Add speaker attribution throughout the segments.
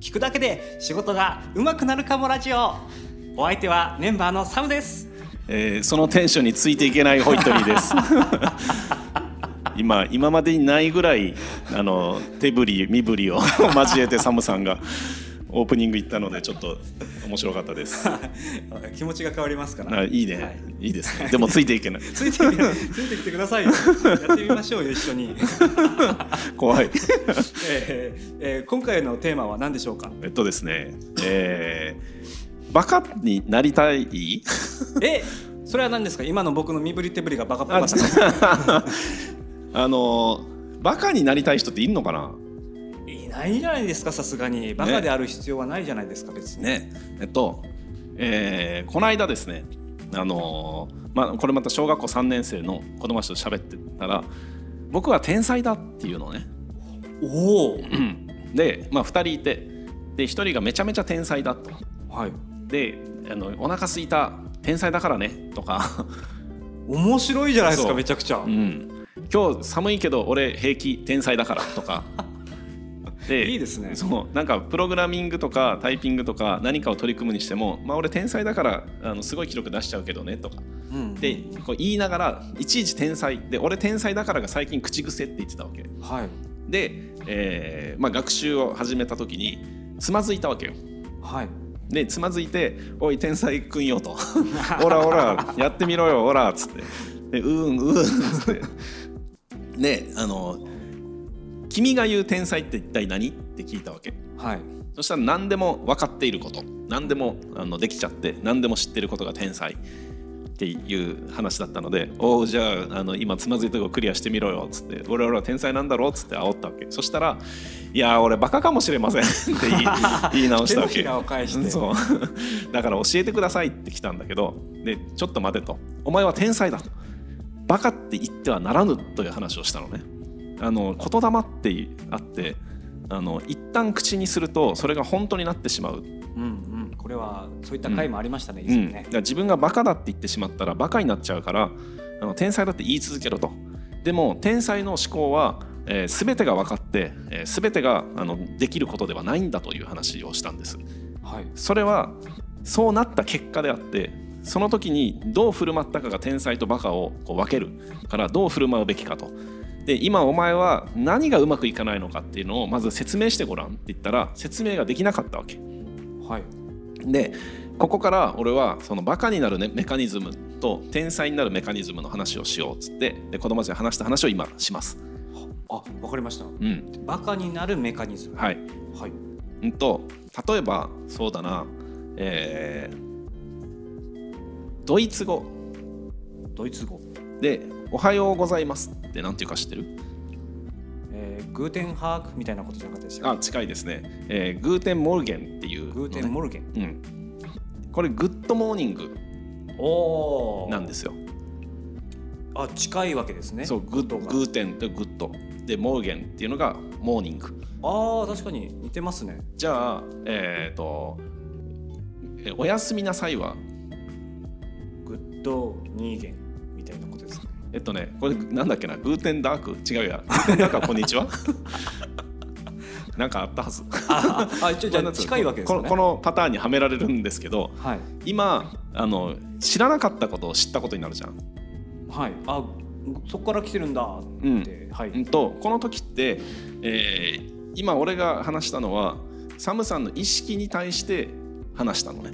Speaker 1: 聞くだけで仕事が上手くなるかもラジオお相手はメンバーのサムです
Speaker 2: えーそのテンションについていけないホイットニーです 今今までにないぐらいあの手振り身振 りを交えてサムさんがオープニング行ったのでちょっと面白かっ たです
Speaker 1: 気持ちが変わりますから
Speaker 2: あいいね、、
Speaker 1: はい
Speaker 2: いですねでもついていけない
Speaker 1: ついてき てついてきてくださいよやってみましょうよ一緒に、
Speaker 2: 怖い
Speaker 1: えーえー今回のテーマは何でしょうか
Speaker 2: えっとですねえー、バカになりたい
Speaker 1: えそれは何ですか今の僕の身振り手振りがバカっぽか
Speaker 2: あ
Speaker 1: ったです
Speaker 2: あのバカになりたい人っているのかない
Speaker 1: ないんじゃないですかさすがにバカである必要はないじゃないですか別に、
Speaker 2: ねえっと、えーこの間ですねあのーまあこれまた小学校3年生の子供たちと喋ってたら僕は天才だっていうのね
Speaker 1: おお
Speaker 2: で、まあ、2人いてで1人がめちゃめちゃ天才だと
Speaker 1: はい
Speaker 2: であのお腹すいた天才だからねとか、
Speaker 1: 面白いじゃないです
Speaker 2: そ
Speaker 1: か
Speaker 2: う
Speaker 1: めちゃくちゃ、
Speaker 2: うん、今日寒いけど俺平気天才だからと かで
Speaker 1: いいですね
Speaker 2: そうなんかプログラミングとかタイピングとか何かを取り組むにしても、まあ、俺天才だからあのすごい記録出しちゃうけどねとか
Speaker 1: うん
Speaker 2: でこう言いながらいちいち天才で俺天才だからが最近口癖って言ってたわけ
Speaker 1: はい
Speaker 2: で、えーまあ、学習を始めた時につまずいたわけよ
Speaker 1: はい
Speaker 2: でつまずいて「おい天才くんよ」 と「オラオラやってみろよオラ」っつって「でうんうん」っつってであの「君が言う天才って一体何?」って聞いたわけ
Speaker 1: はい
Speaker 2: そしたら何でも分かっていること何でもあのできちゃって何でも知ってることが天才っていう話だったので「おおじゃああの今つまずいたとこクリアしてみろよ」っつって「俺らは天才なんだろう」っつって煽ったわけそしたら「いやー俺バカかもしれません」って 言い言い直した
Speaker 1: 手の
Speaker 2: わけ
Speaker 1: ひらを返して
Speaker 2: うんそう だから教えてくださいって来たんだけどでちょっと待てと「お前は天才だ」と「バカって言ってはならぬ」という話をしたのね。あの言霊ってあってあの一旦口にするとそれが本当になってしまう、
Speaker 1: うんうんこれはそういった回もありましたね、以
Speaker 2: う
Speaker 1: 前
Speaker 2: んだ
Speaker 1: ね
Speaker 2: か、ら自分がバカだって言ってしまったらバカになっちゃうからあの天才だって言い続けろとでも天才の思考は、えー全てが分かって、えー全てがあのできることではないんだという話をしたんです
Speaker 1: はい
Speaker 2: それはそうなった結果であってその時にどう振る舞ったかが天才とバカをこう分けるからどう振る舞うべきかと。で今お前は何がうまくいかないのかっていうのをまず説明してごらんって言ったら説明ができなかったわけ。
Speaker 1: はい
Speaker 2: でここから俺はそのバカになる、ね、メカニズムと天才になるメカニズムの話をしようっつってで子供たちに話した話を今します。
Speaker 1: あわかりました
Speaker 2: うん
Speaker 1: バカになるメカニズム
Speaker 2: はい、
Speaker 1: はい
Speaker 2: うんと例えばそうだな、えードイツ語
Speaker 1: ドイツ語、
Speaker 2: で「おはようございます」って何ていうか知ってる
Speaker 1: えー、グーテンハークみたいなことじゃなかったでした
Speaker 2: あ
Speaker 1: っ
Speaker 2: 近いですね、えーグーテンモルゲンってい
Speaker 1: け
Speaker 2: うのね、
Speaker 1: グーテンモルゲン、
Speaker 2: うん、これグッドモーニング
Speaker 1: おお
Speaker 2: なんですよ
Speaker 1: あ近いわけですね
Speaker 2: そうグッド
Speaker 1: が
Speaker 2: グーテンとグッドでモルゲンっていうのがモーニング
Speaker 1: あー確かに似てますね
Speaker 2: じゃあえっ、とえーおやすみなさいは
Speaker 1: グッドニーゲンみたいなことですね
Speaker 2: えっとねこれなんだっけなグーテンダーク違うやグーテンダークはこんに ちはなん かあったはず
Speaker 1: あああ一応じゃあ近いわけですよね
Speaker 2: このこのパターンにはめられるんですけど
Speaker 1: はい
Speaker 2: 今あの知らなかったことを知ったことになるじゃん。
Speaker 1: はい、あそこから来てるんだって、は
Speaker 2: う
Speaker 1: い
Speaker 2: ん、とこの時って、えー今俺が話したのはサムさんの意識に対して話したのね。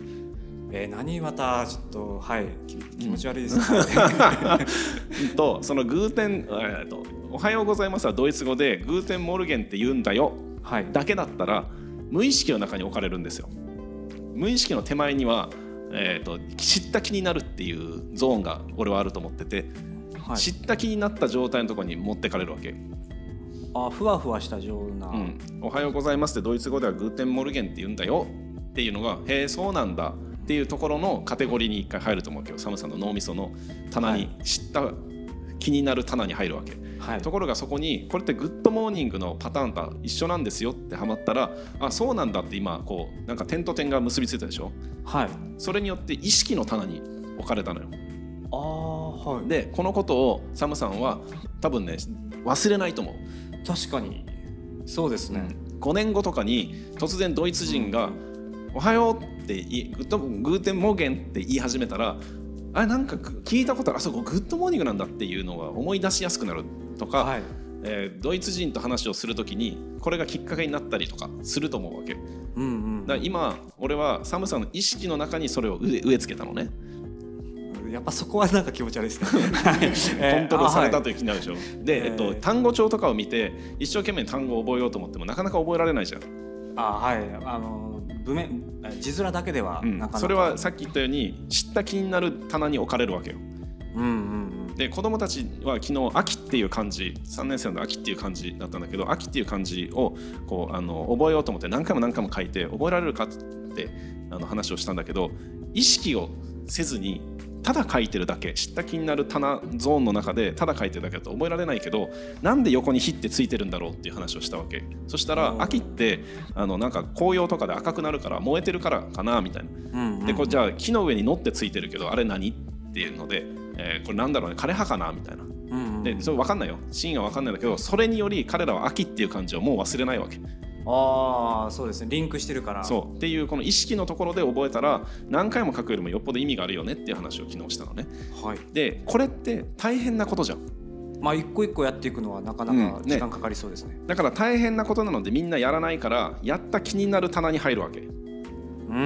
Speaker 1: えー何またちょっとはいき気持ち悪いですね、
Speaker 2: うんとそのグーテンえーと「おはようございます」はドイツ語で「グーテンモルゲンって言うんだよ
Speaker 1: はい」
Speaker 2: だけだったら無意識の中に置かれるんですよ。無意識の手前にはえー、と知った気になるっていうゾーンが俺はあると思ってて、
Speaker 1: はい、
Speaker 2: 知った気になった状態のところに持ってかれるわけ、
Speaker 1: あふわふわしたような、
Speaker 2: うん、おはようございますってドイツ語ではグーテンモルゲンって言うんだよっていうのがへえそうなんだっていうところのカテゴリーに一回入ると思うけどサムさんの脳みその棚に、
Speaker 1: は
Speaker 2: 知った気になる棚に入るわけ
Speaker 1: はい
Speaker 2: ところがそこにこれってグッドモーニングのパターンと一緒なんですよってハマったらあそうなんだって今こうなんか点と点が結びついたでしょ
Speaker 1: はい
Speaker 2: それによって意識の棚に置かれたのよ
Speaker 1: あーはい
Speaker 2: でこのことをサムさんは多分ね忘れないと思う
Speaker 1: 確かにそうですね、
Speaker 2: 5年後とかに突然ドイツ人が「おはよう」っていグッドグーテンモーゲンって言い始めたらあなんか聞いたことあるあそこグッドモーニングなんだっていうのが思い出しやすくなるとか、
Speaker 1: はい
Speaker 2: えードイツ人と話をするときにこれがきっかけになったりとかすると思うわけ。
Speaker 1: うんうん
Speaker 2: だから今俺はサムさんの意識の中にそれを植え植え付けたのね、
Speaker 1: やっぱそこはなんか気持ち悪いですね。 はい
Speaker 2: コントロールされたと
Speaker 1: え
Speaker 2: いう気になるでしょ、で、えっ
Speaker 1: え
Speaker 2: と、
Speaker 1: ー
Speaker 2: 単語帳とかを見て一生懸命単語を覚えようと思ってもなかなか覚えられないじゃん、
Speaker 1: ーはいあはいあの文面え字面だけでは
Speaker 2: うん
Speaker 1: なかなか、
Speaker 2: それはさっき言ったように知った気になる棚に置かれるわけよ
Speaker 1: うんうん
Speaker 2: で子供たちは昨日「秋」っていう漢字3年生の秋っていう漢字だったんだけど秋っていう漢字をこうあの覚えようと思って何回も何回も書いて覚えられるかってあの話をしたんだけど意識をせずにただ書いてるだけ知った気になる棚ゾーンの中でただ書いてるだけだと覚えられないけどなんで横に「火」ってついてるんだろうっていう話をしたわけそしたら
Speaker 1: うん
Speaker 2: 秋ってあのなんか紅葉とかで赤くなるから燃えてるからかなみたいな
Speaker 1: うんうんうん。
Speaker 2: でこうじゃあ木の上に「の」ってついてるけどあれ何っていうので、えーこれなんだろうね枯葉かなみたいな
Speaker 1: うんうんうん
Speaker 2: でそれ分かんないよ真意は分かんないんだけどそれにより彼らは秋っていう感じをもう忘れないわけ
Speaker 1: ああそうですねリンクしてるから。
Speaker 2: そうっていうこの意識のところで覚えたら何回も書くよりもよっぽど意味があるよねっていう話を昨日したのね
Speaker 1: はい。
Speaker 2: でこれって大変なことじゃん
Speaker 1: まあ一個一個やっていくのはなかな
Speaker 2: う
Speaker 1: か
Speaker 2: んね
Speaker 1: 時間かかりそうですね。
Speaker 2: だから大変なことなのでみんなやらないからやった気になる棚に入るわけ
Speaker 1: うんう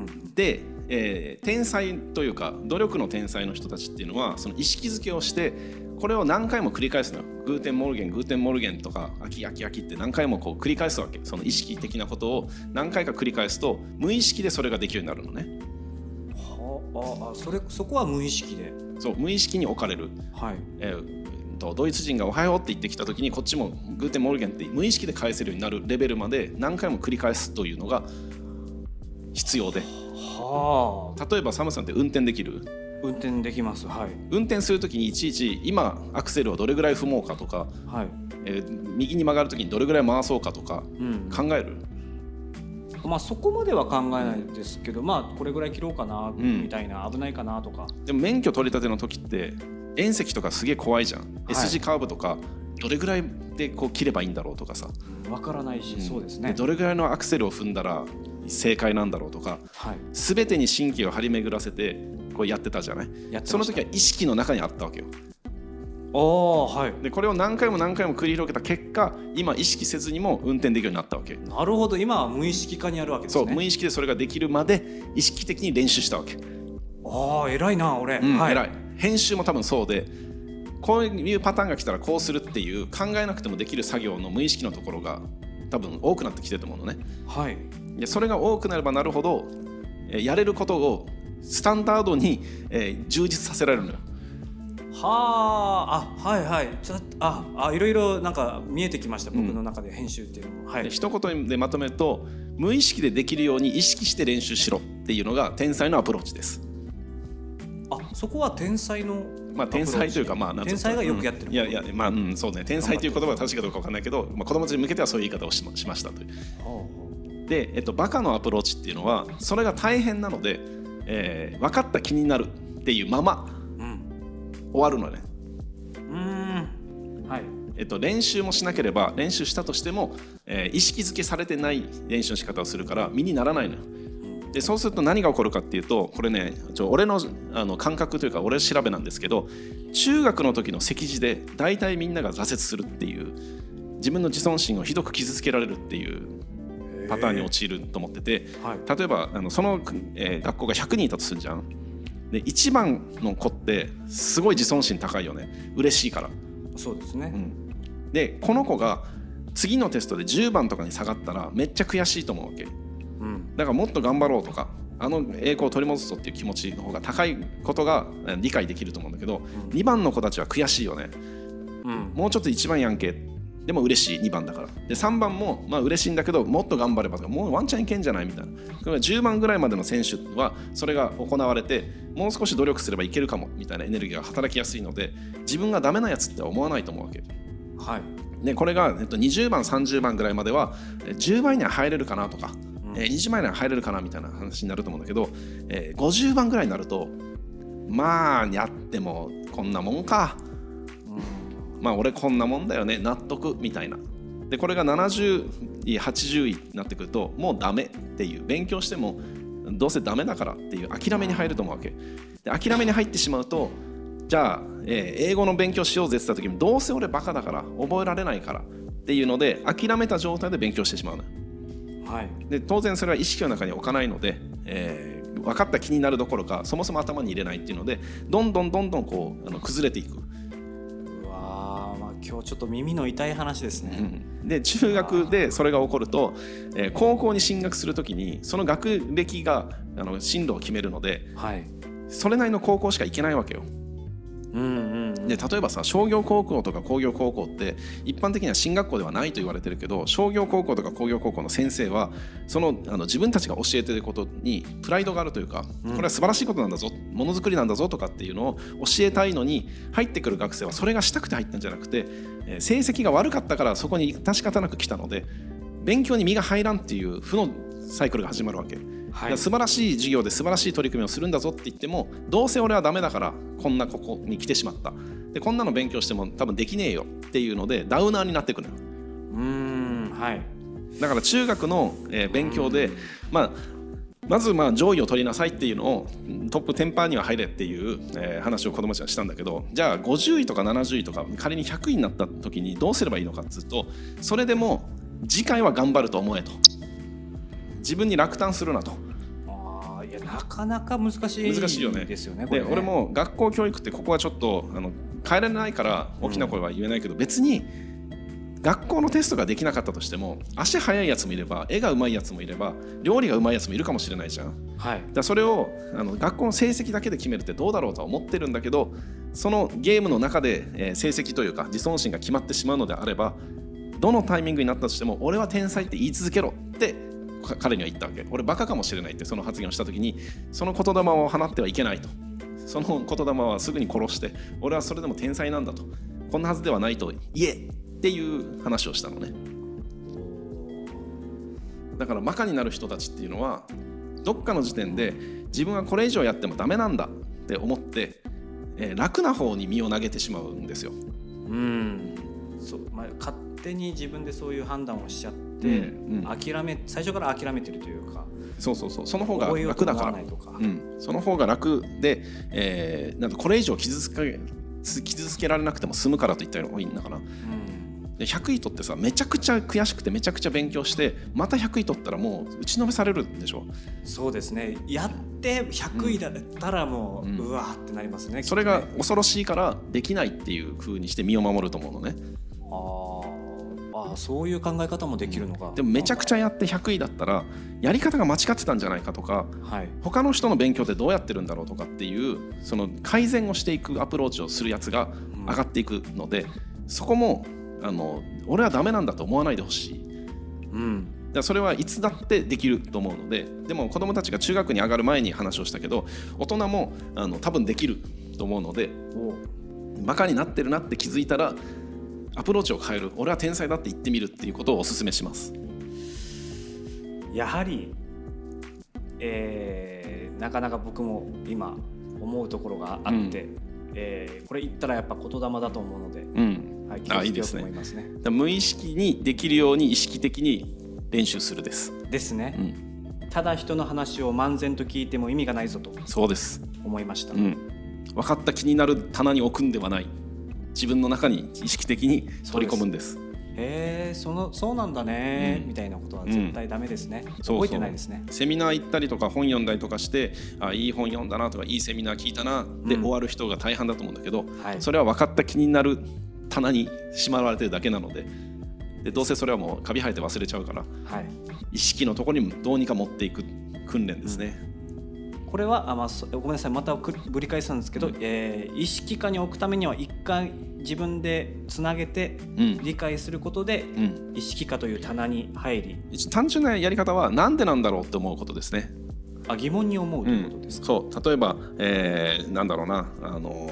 Speaker 1: ん
Speaker 2: で、えー天才というか努力の天才の人たちっていうのはその意識づけをしてこれを何回も繰り返すのよグーテンモルゲングーテンモルゲンとか「秋秋秋」って何回もこう繰り返すわけその意識的なことを何回か繰り返すと無意識でそれができるようになるのね
Speaker 1: はああそれそこは無意識で。
Speaker 2: そう無意識に置かれる、
Speaker 1: はい。
Speaker 2: えーとドイツ人が「おはよう」って言ってきた時にこっちもグーテンモルゲンって無意識で返せるようになるレベルまで何回も繰り返すというのが必要で
Speaker 1: はあ
Speaker 2: 例えばサムさんって運転できる
Speaker 1: 運転できますはい
Speaker 2: 運転するときにいちいち今アクセルをどれぐらい踏もうかとか、
Speaker 1: はい。
Speaker 2: えー右に曲がるときにどれぐらい回そうかとか
Speaker 1: うん。
Speaker 2: 考える、
Speaker 1: まあそこまでは考えないですけど、まあこれぐらい切ろうかな、
Speaker 2: ん
Speaker 1: みたいな危ないかなとか。
Speaker 2: でも免許取り立ての時って縁石とかすげえ怖いじゃん、
Speaker 1: い
Speaker 2: S 字カーブとかどれぐらいでこう切ればいいんだろうとかさ、
Speaker 1: わからないし、そうですね
Speaker 2: どれぐらいのアクセルを踏んだら正解なんだろうとか
Speaker 1: はい
Speaker 2: 全てに神経を張り巡らせてこうやってたじゃない
Speaker 1: やってました
Speaker 2: その時は意識の中にあったわけよ
Speaker 1: ああはい
Speaker 2: でこれを何回も何回も繰り広げた結果今意識せずにも運転できるようになったわけ
Speaker 1: なるほど今は無意識化にあるわけです
Speaker 2: そ
Speaker 1: ね
Speaker 2: う無意識でそれができるまで意識的に練習したわけ、
Speaker 1: ああ偉いな俺、はい
Speaker 2: 偉い編集も多分そうでこういうパターンが来たらこうするっていう考えなくてもできる作業の無意識のところが多分多くなってきてると思うのね
Speaker 1: はい
Speaker 2: でそれが多くなればなるほどえーやれることをスタンダードに、えー充実させられるのよ
Speaker 1: はああはいはいちょっとああいろいろなんか見えてきました、僕の中で編集っていうのもはい
Speaker 2: で一言でまとめると無意識でできるように意識して練習しろっていうのが天才のアプローチです
Speaker 1: あそこは天才の
Speaker 2: まあ、天才というか、まあ、なんてい
Speaker 1: 天
Speaker 2: う
Speaker 1: 才
Speaker 2: の
Speaker 1: がよくやってる、
Speaker 2: うんいやいや、まあ、うん、そうね、天才という言葉が正しいかどうかわかんないけど、まあ、子供たちに向けてはそういう言い方をしましましたという。
Speaker 1: は
Speaker 2: で、えっと、バカのアプローチっていうのは、それが大変なので、えー分かった気になるっていうまま
Speaker 1: あうん
Speaker 2: 終わるのね。
Speaker 1: うーんはい
Speaker 2: えっと、練習もしなければ練習したとしても、えー意識づけされてない練習の仕方をするから身にならないのよ。でそうすると何が起こるかっていうとこれねちょ俺のあの感覚というか俺調べなんですけど中学の時の席次で大体みんなが挫折するっていう自分の自尊心をひどく傷つけられるっていうパターンに陥ると思ってて
Speaker 1: はい
Speaker 2: 例えばあのその、えー学校が100人いたとするじゃん。で1番の子ってすごい自尊心高いよね嬉しいから。
Speaker 1: そうですね、
Speaker 2: うんでこの子が次のテストで10番とかに下がったらめっちゃ悔しいと思うわけだ
Speaker 1: うん
Speaker 2: からもっと頑張ろうとかあの栄光を取り戻そうっていう気持ちの方が高いことがえー理解できると思うんだけど
Speaker 1: ん
Speaker 2: 2番の子たちは悔しいよね
Speaker 1: うん
Speaker 2: もうちょっと1番やんけでも嬉しい2番だからで3番もまあ嬉しいんだけどもっと頑張ればとかもうワンチャンいけんじゃないみたいなだから10番ぐらいまでの選手はそれが行われてもう少し努力すればいけるかもみたいなエネルギーが働きやすいので自分がダメなやつって思わないと思うわけ
Speaker 1: はい
Speaker 2: でこれが、えっと、20番30番ぐらいまではえー10番以内に入れるかなとか、
Speaker 1: うん
Speaker 2: えー20番以内に入れるかなみたいな話になると思うんだけど、えー50番ぐらいになるとまあやってもこんなもんか
Speaker 1: うん
Speaker 2: まあ俺こんなもんだよね納得みたいなでこれが7080になってくるともうダメっていう勉強してもどうせダメだからっていう諦めに入ると思うわけで諦めに入ってしまうとじゃあ、えー英語の勉強しようぜって言った時にどうせ俺バカだから覚えられないからっていうので諦めた状態で勉強してしまうのよ
Speaker 1: はい
Speaker 2: で当然それは意識の中に置かないので、えー分かった気になるどころかそもそも頭に入れないっていうのでどんどんどんどんこうあの崩れていく、
Speaker 1: うわーまあ今日ちょっと耳の痛い話です
Speaker 2: う
Speaker 1: ね、
Speaker 2: んで中学でそれが起こると、えー高校に進学するときにその学歴があの進路を決めるので
Speaker 1: はい
Speaker 2: それなりの高校しか行けないわけよ。
Speaker 1: うんうんうん
Speaker 2: で例えばさ商業高校とか工業高校って一般的には進学校ではないと言われてるけど商業高校とか工業高校の先生はそのあの自分たちが教えてることにプライドがあるというか
Speaker 1: うん
Speaker 2: これは素晴らしいことなんだぞものづくりなんだぞとかっていうのを教えたいのに入ってくる学生はそれがしたくて入ったんじゃなくてえー成績が悪かったからそこに致し方なく来たので勉強に身が入らんっていう負のサイクルが始まるわけ。だ
Speaker 1: は
Speaker 2: か
Speaker 1: い
Speaker 2: ら素晴らしい授業で素晴らしい取り組みをするんだぞって言ってもどうせ俺はダメだからこんなここに来てしまったでこんなの勉強しても多分できねえよっていうのでダウナーになってくるのよ
Speaker 1: うーんはい
Speaker 2: だから中学の、えー勉強で、まあ、まずまあ上位を取りなさいっていうのをトップ10%には入れっていう、えー話を子どもたちはしたんだけどじゃあ50位とか70位とか仮に100位になった時にどうすればいいのかっつうとそれでも次回は頑張ると思えと自分に落胆するなと。
Speaker 1: あーいやなかなか難しい
Speaker 2: 難しいよね
Speaker 1: ですよねこ
Speaker 2: で
Speaker 1: れね
Speaker 2: 俺も学校教育ってここはちょっとあの変えられないから大きな声は言えないけど、別に学校のテストができなかったとしても足速いやつもいれば絵がうまいやつもいれば料理がうまいやつもいるかもしれないじゃん。だか
Speaker 1: はい
Speaker 2: らそれをあの学校の成績だけで決めるってどうだろうとは思ってるんだけどそのゲームの中で、えー成績というか自尊心が決まってしまうのであればどのタイミングになったとしても俺は天才って言い続けろってか彼には言ったわけ俺バカかもしれないってその発言をした時にその言霊を放ってはいけないとその言霊はすぐに殺して俺はそれでも天才なんだとこんなはずではないと言えっていう話をしたのねだからバカになる人たちっていうのはどっかの時点で自分はこれ以上やってもダメなんだって思って、えー楽な方に身を投げてしまうんですよ
Speaker 1: うんそう、まあ、勝手に自分でそういう判断をしちゃって、
Speaker 2: うんう
Speaker 1: 諦め最初から諦めてるというか
Speaker 2: そうそうそうその方が
Speaker 1: 覚えようと
Speaker 2: 楽だ
Speaker 1: 思わ
Speaker 2: から
Speaker 1: ないとか
Speaker 2: うん、その方が楽で、えーなんかこれ以上傷つけつ傷つけられなくても済むからと言った方がいいんだから
Speaker 1: うん
Speaker 2: で100位取ってさめちゃくちゃ悔しくてめちゃくちゃ勉強してまた100位取ったらもう打ちのめされるんでしょ
Speaker 1: そうですねやって100位だったらもう、
Speaker 2: う
Speaker 1: うんわーってなりますね
Speaker 2: それが
Speaker 1: きっとね
Speaker 2: 恐ろしいからできないっていう風にして身を守ると思うのね
Speaker 1: あーあーそういう考え方もできるのか、
Speaker 2: でもめちゃくち
Speaker 1: ゃ
Speaker 2: ゃやって100位だったらやり方が間違ってたんじゃないかとか
Speaker 1: はい
Speaker 2: 他の人の勉強ってどうやってるんだろうとかっていうその改善をしていくアプローチをするやつが
Speaker 1: うん
Speaker 2: 上がっていくので、そこもあの俺はダメなんだと思わないでほしい
Speaker 1: うん
Speaker 2: だからそれはいつだってできると思うのででも子どもたちが中学に上がる前に話をしたけど大人もあの多分できると思うので
Speaker 1: お
Speaker 2: バカになってるなって気づいたらアプローチを変える俺は天才だって言ってみるっていうことをお勧めします。
Speaker 1: やはり、えーなかなか僕も今思うところがあって、えーこれ言ったらやっぱ言霊だと思うので、
Speaker 2: うん、
Speaker 1: はい、
Speaker 2: あいい
Speaker 1: 気
Speaker 2: で
Speaker 1: をつ
Speaker 2: す
Speaker 1: けようと
Speaker 2: ね
Speaker 1: 思いますね。
Speaker 2: だから無意識にできるように意識的に練習するです。
Speaker 1: ですね
Speaker 2: う、ん、
Speaker 1: ただ人の話を漫然と聞いても意味がないぞと
Speaker 2: そうです。
Speaker 1: 思いました、
Speaker 2: うん、分かった気になる棚に置くんではない自分の中に意識的に取り込むんです
Speaker 1: へえそのそうなんだね、
Speaker 2: うん
Speaker 1: みたいなことは絶対ダメですね、
Speaker 2: そうそう
Speaker 1: 覚えてないですね
Speaker 2: セミナー行ったりとか本読んだりとかしてあいい本読んだなとかいいセミナー聞いたなで、
Speaker 1: うん
Speaker 2: 終わる人が大半だと思うんだけど、
Speaker 1: はい
Speaker 2: それは分かった気になる棚にしまわれてるだけなのででどうせそれはもうカビ生えて忘れちゃうから
Speaker 1: はい
Speaker 2: 意識のところにどうにか持っていく訓練ですね、
Speaker 1: これはあ、まあ、そごめんなさいまたくぶり返したんですけど、
Speaker 2: うん
Speaker 1: えー意識化に置くためには一回自分でつなげて
Speaker 2: うん
Speaker 1: 理解することで、
Speaker 2: うん、
Speaker 1: 意識化という棚に入り
Speaker 2: 単純なやり方はなんでなんだろうって思うことですね
Speaker 1: あ疑問に思うということですか、
Speaker 2: そう例えば、えーなんだろうなあの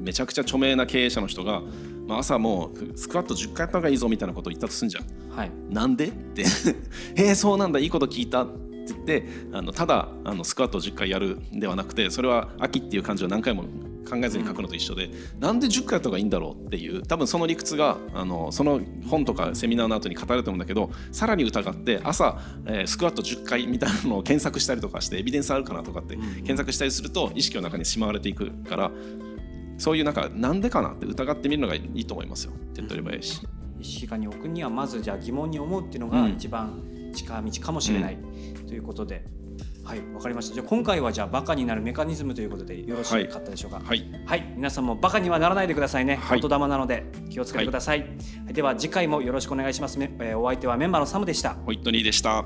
Speaker 2: めちゃくちゃ著名な経営者の人が、まあ、朝もうスクワット10回やった方がいいぞみたいなことを言ったとすんじゃん。
Speaker 1: はい
Speaker 2: なんでって へえそうなんだいいこと聞いたって言ってあのただあのスクワットを10回やるんではなくてそれは秋っていう漢字を何回もか考えずに書くのと一緒で、なんで10個やった方がいいんだろうっていう多分その理屈があのその本とかセミナーの後に語られてもんだけどさらに疑って朝、えースクワット10回みたいなのを検索したりとかしてエビデンスあるかなとかって
Speaker 1: うん
Speaker 2: 検索したりすると意識の中にしまわれていくからそういうなんかなんでかなって疑ってみるのがいいと思いますよ手っ取り早いし。
Speaker 1: 意識化に置くにはまずじゃあ疑問に思うっていうのが
Speaker 2: うん
Speaker 1: 一番近道かもしれない、ということではいわかりましたじゃあ今回はじゃあバカになるメカニズムということでよろしかったでしょうかはい、
Speaker 2: はい
Speaker 1: 皆さんもバカにはならないでくださいね、
Speaker 2: はい
Speaker 1: 言霊なので気をつけてください、はいでは次回もよろしくお願いしますめえーお相手はメンバーのサムでした
Speaker 2: ホイットニーでした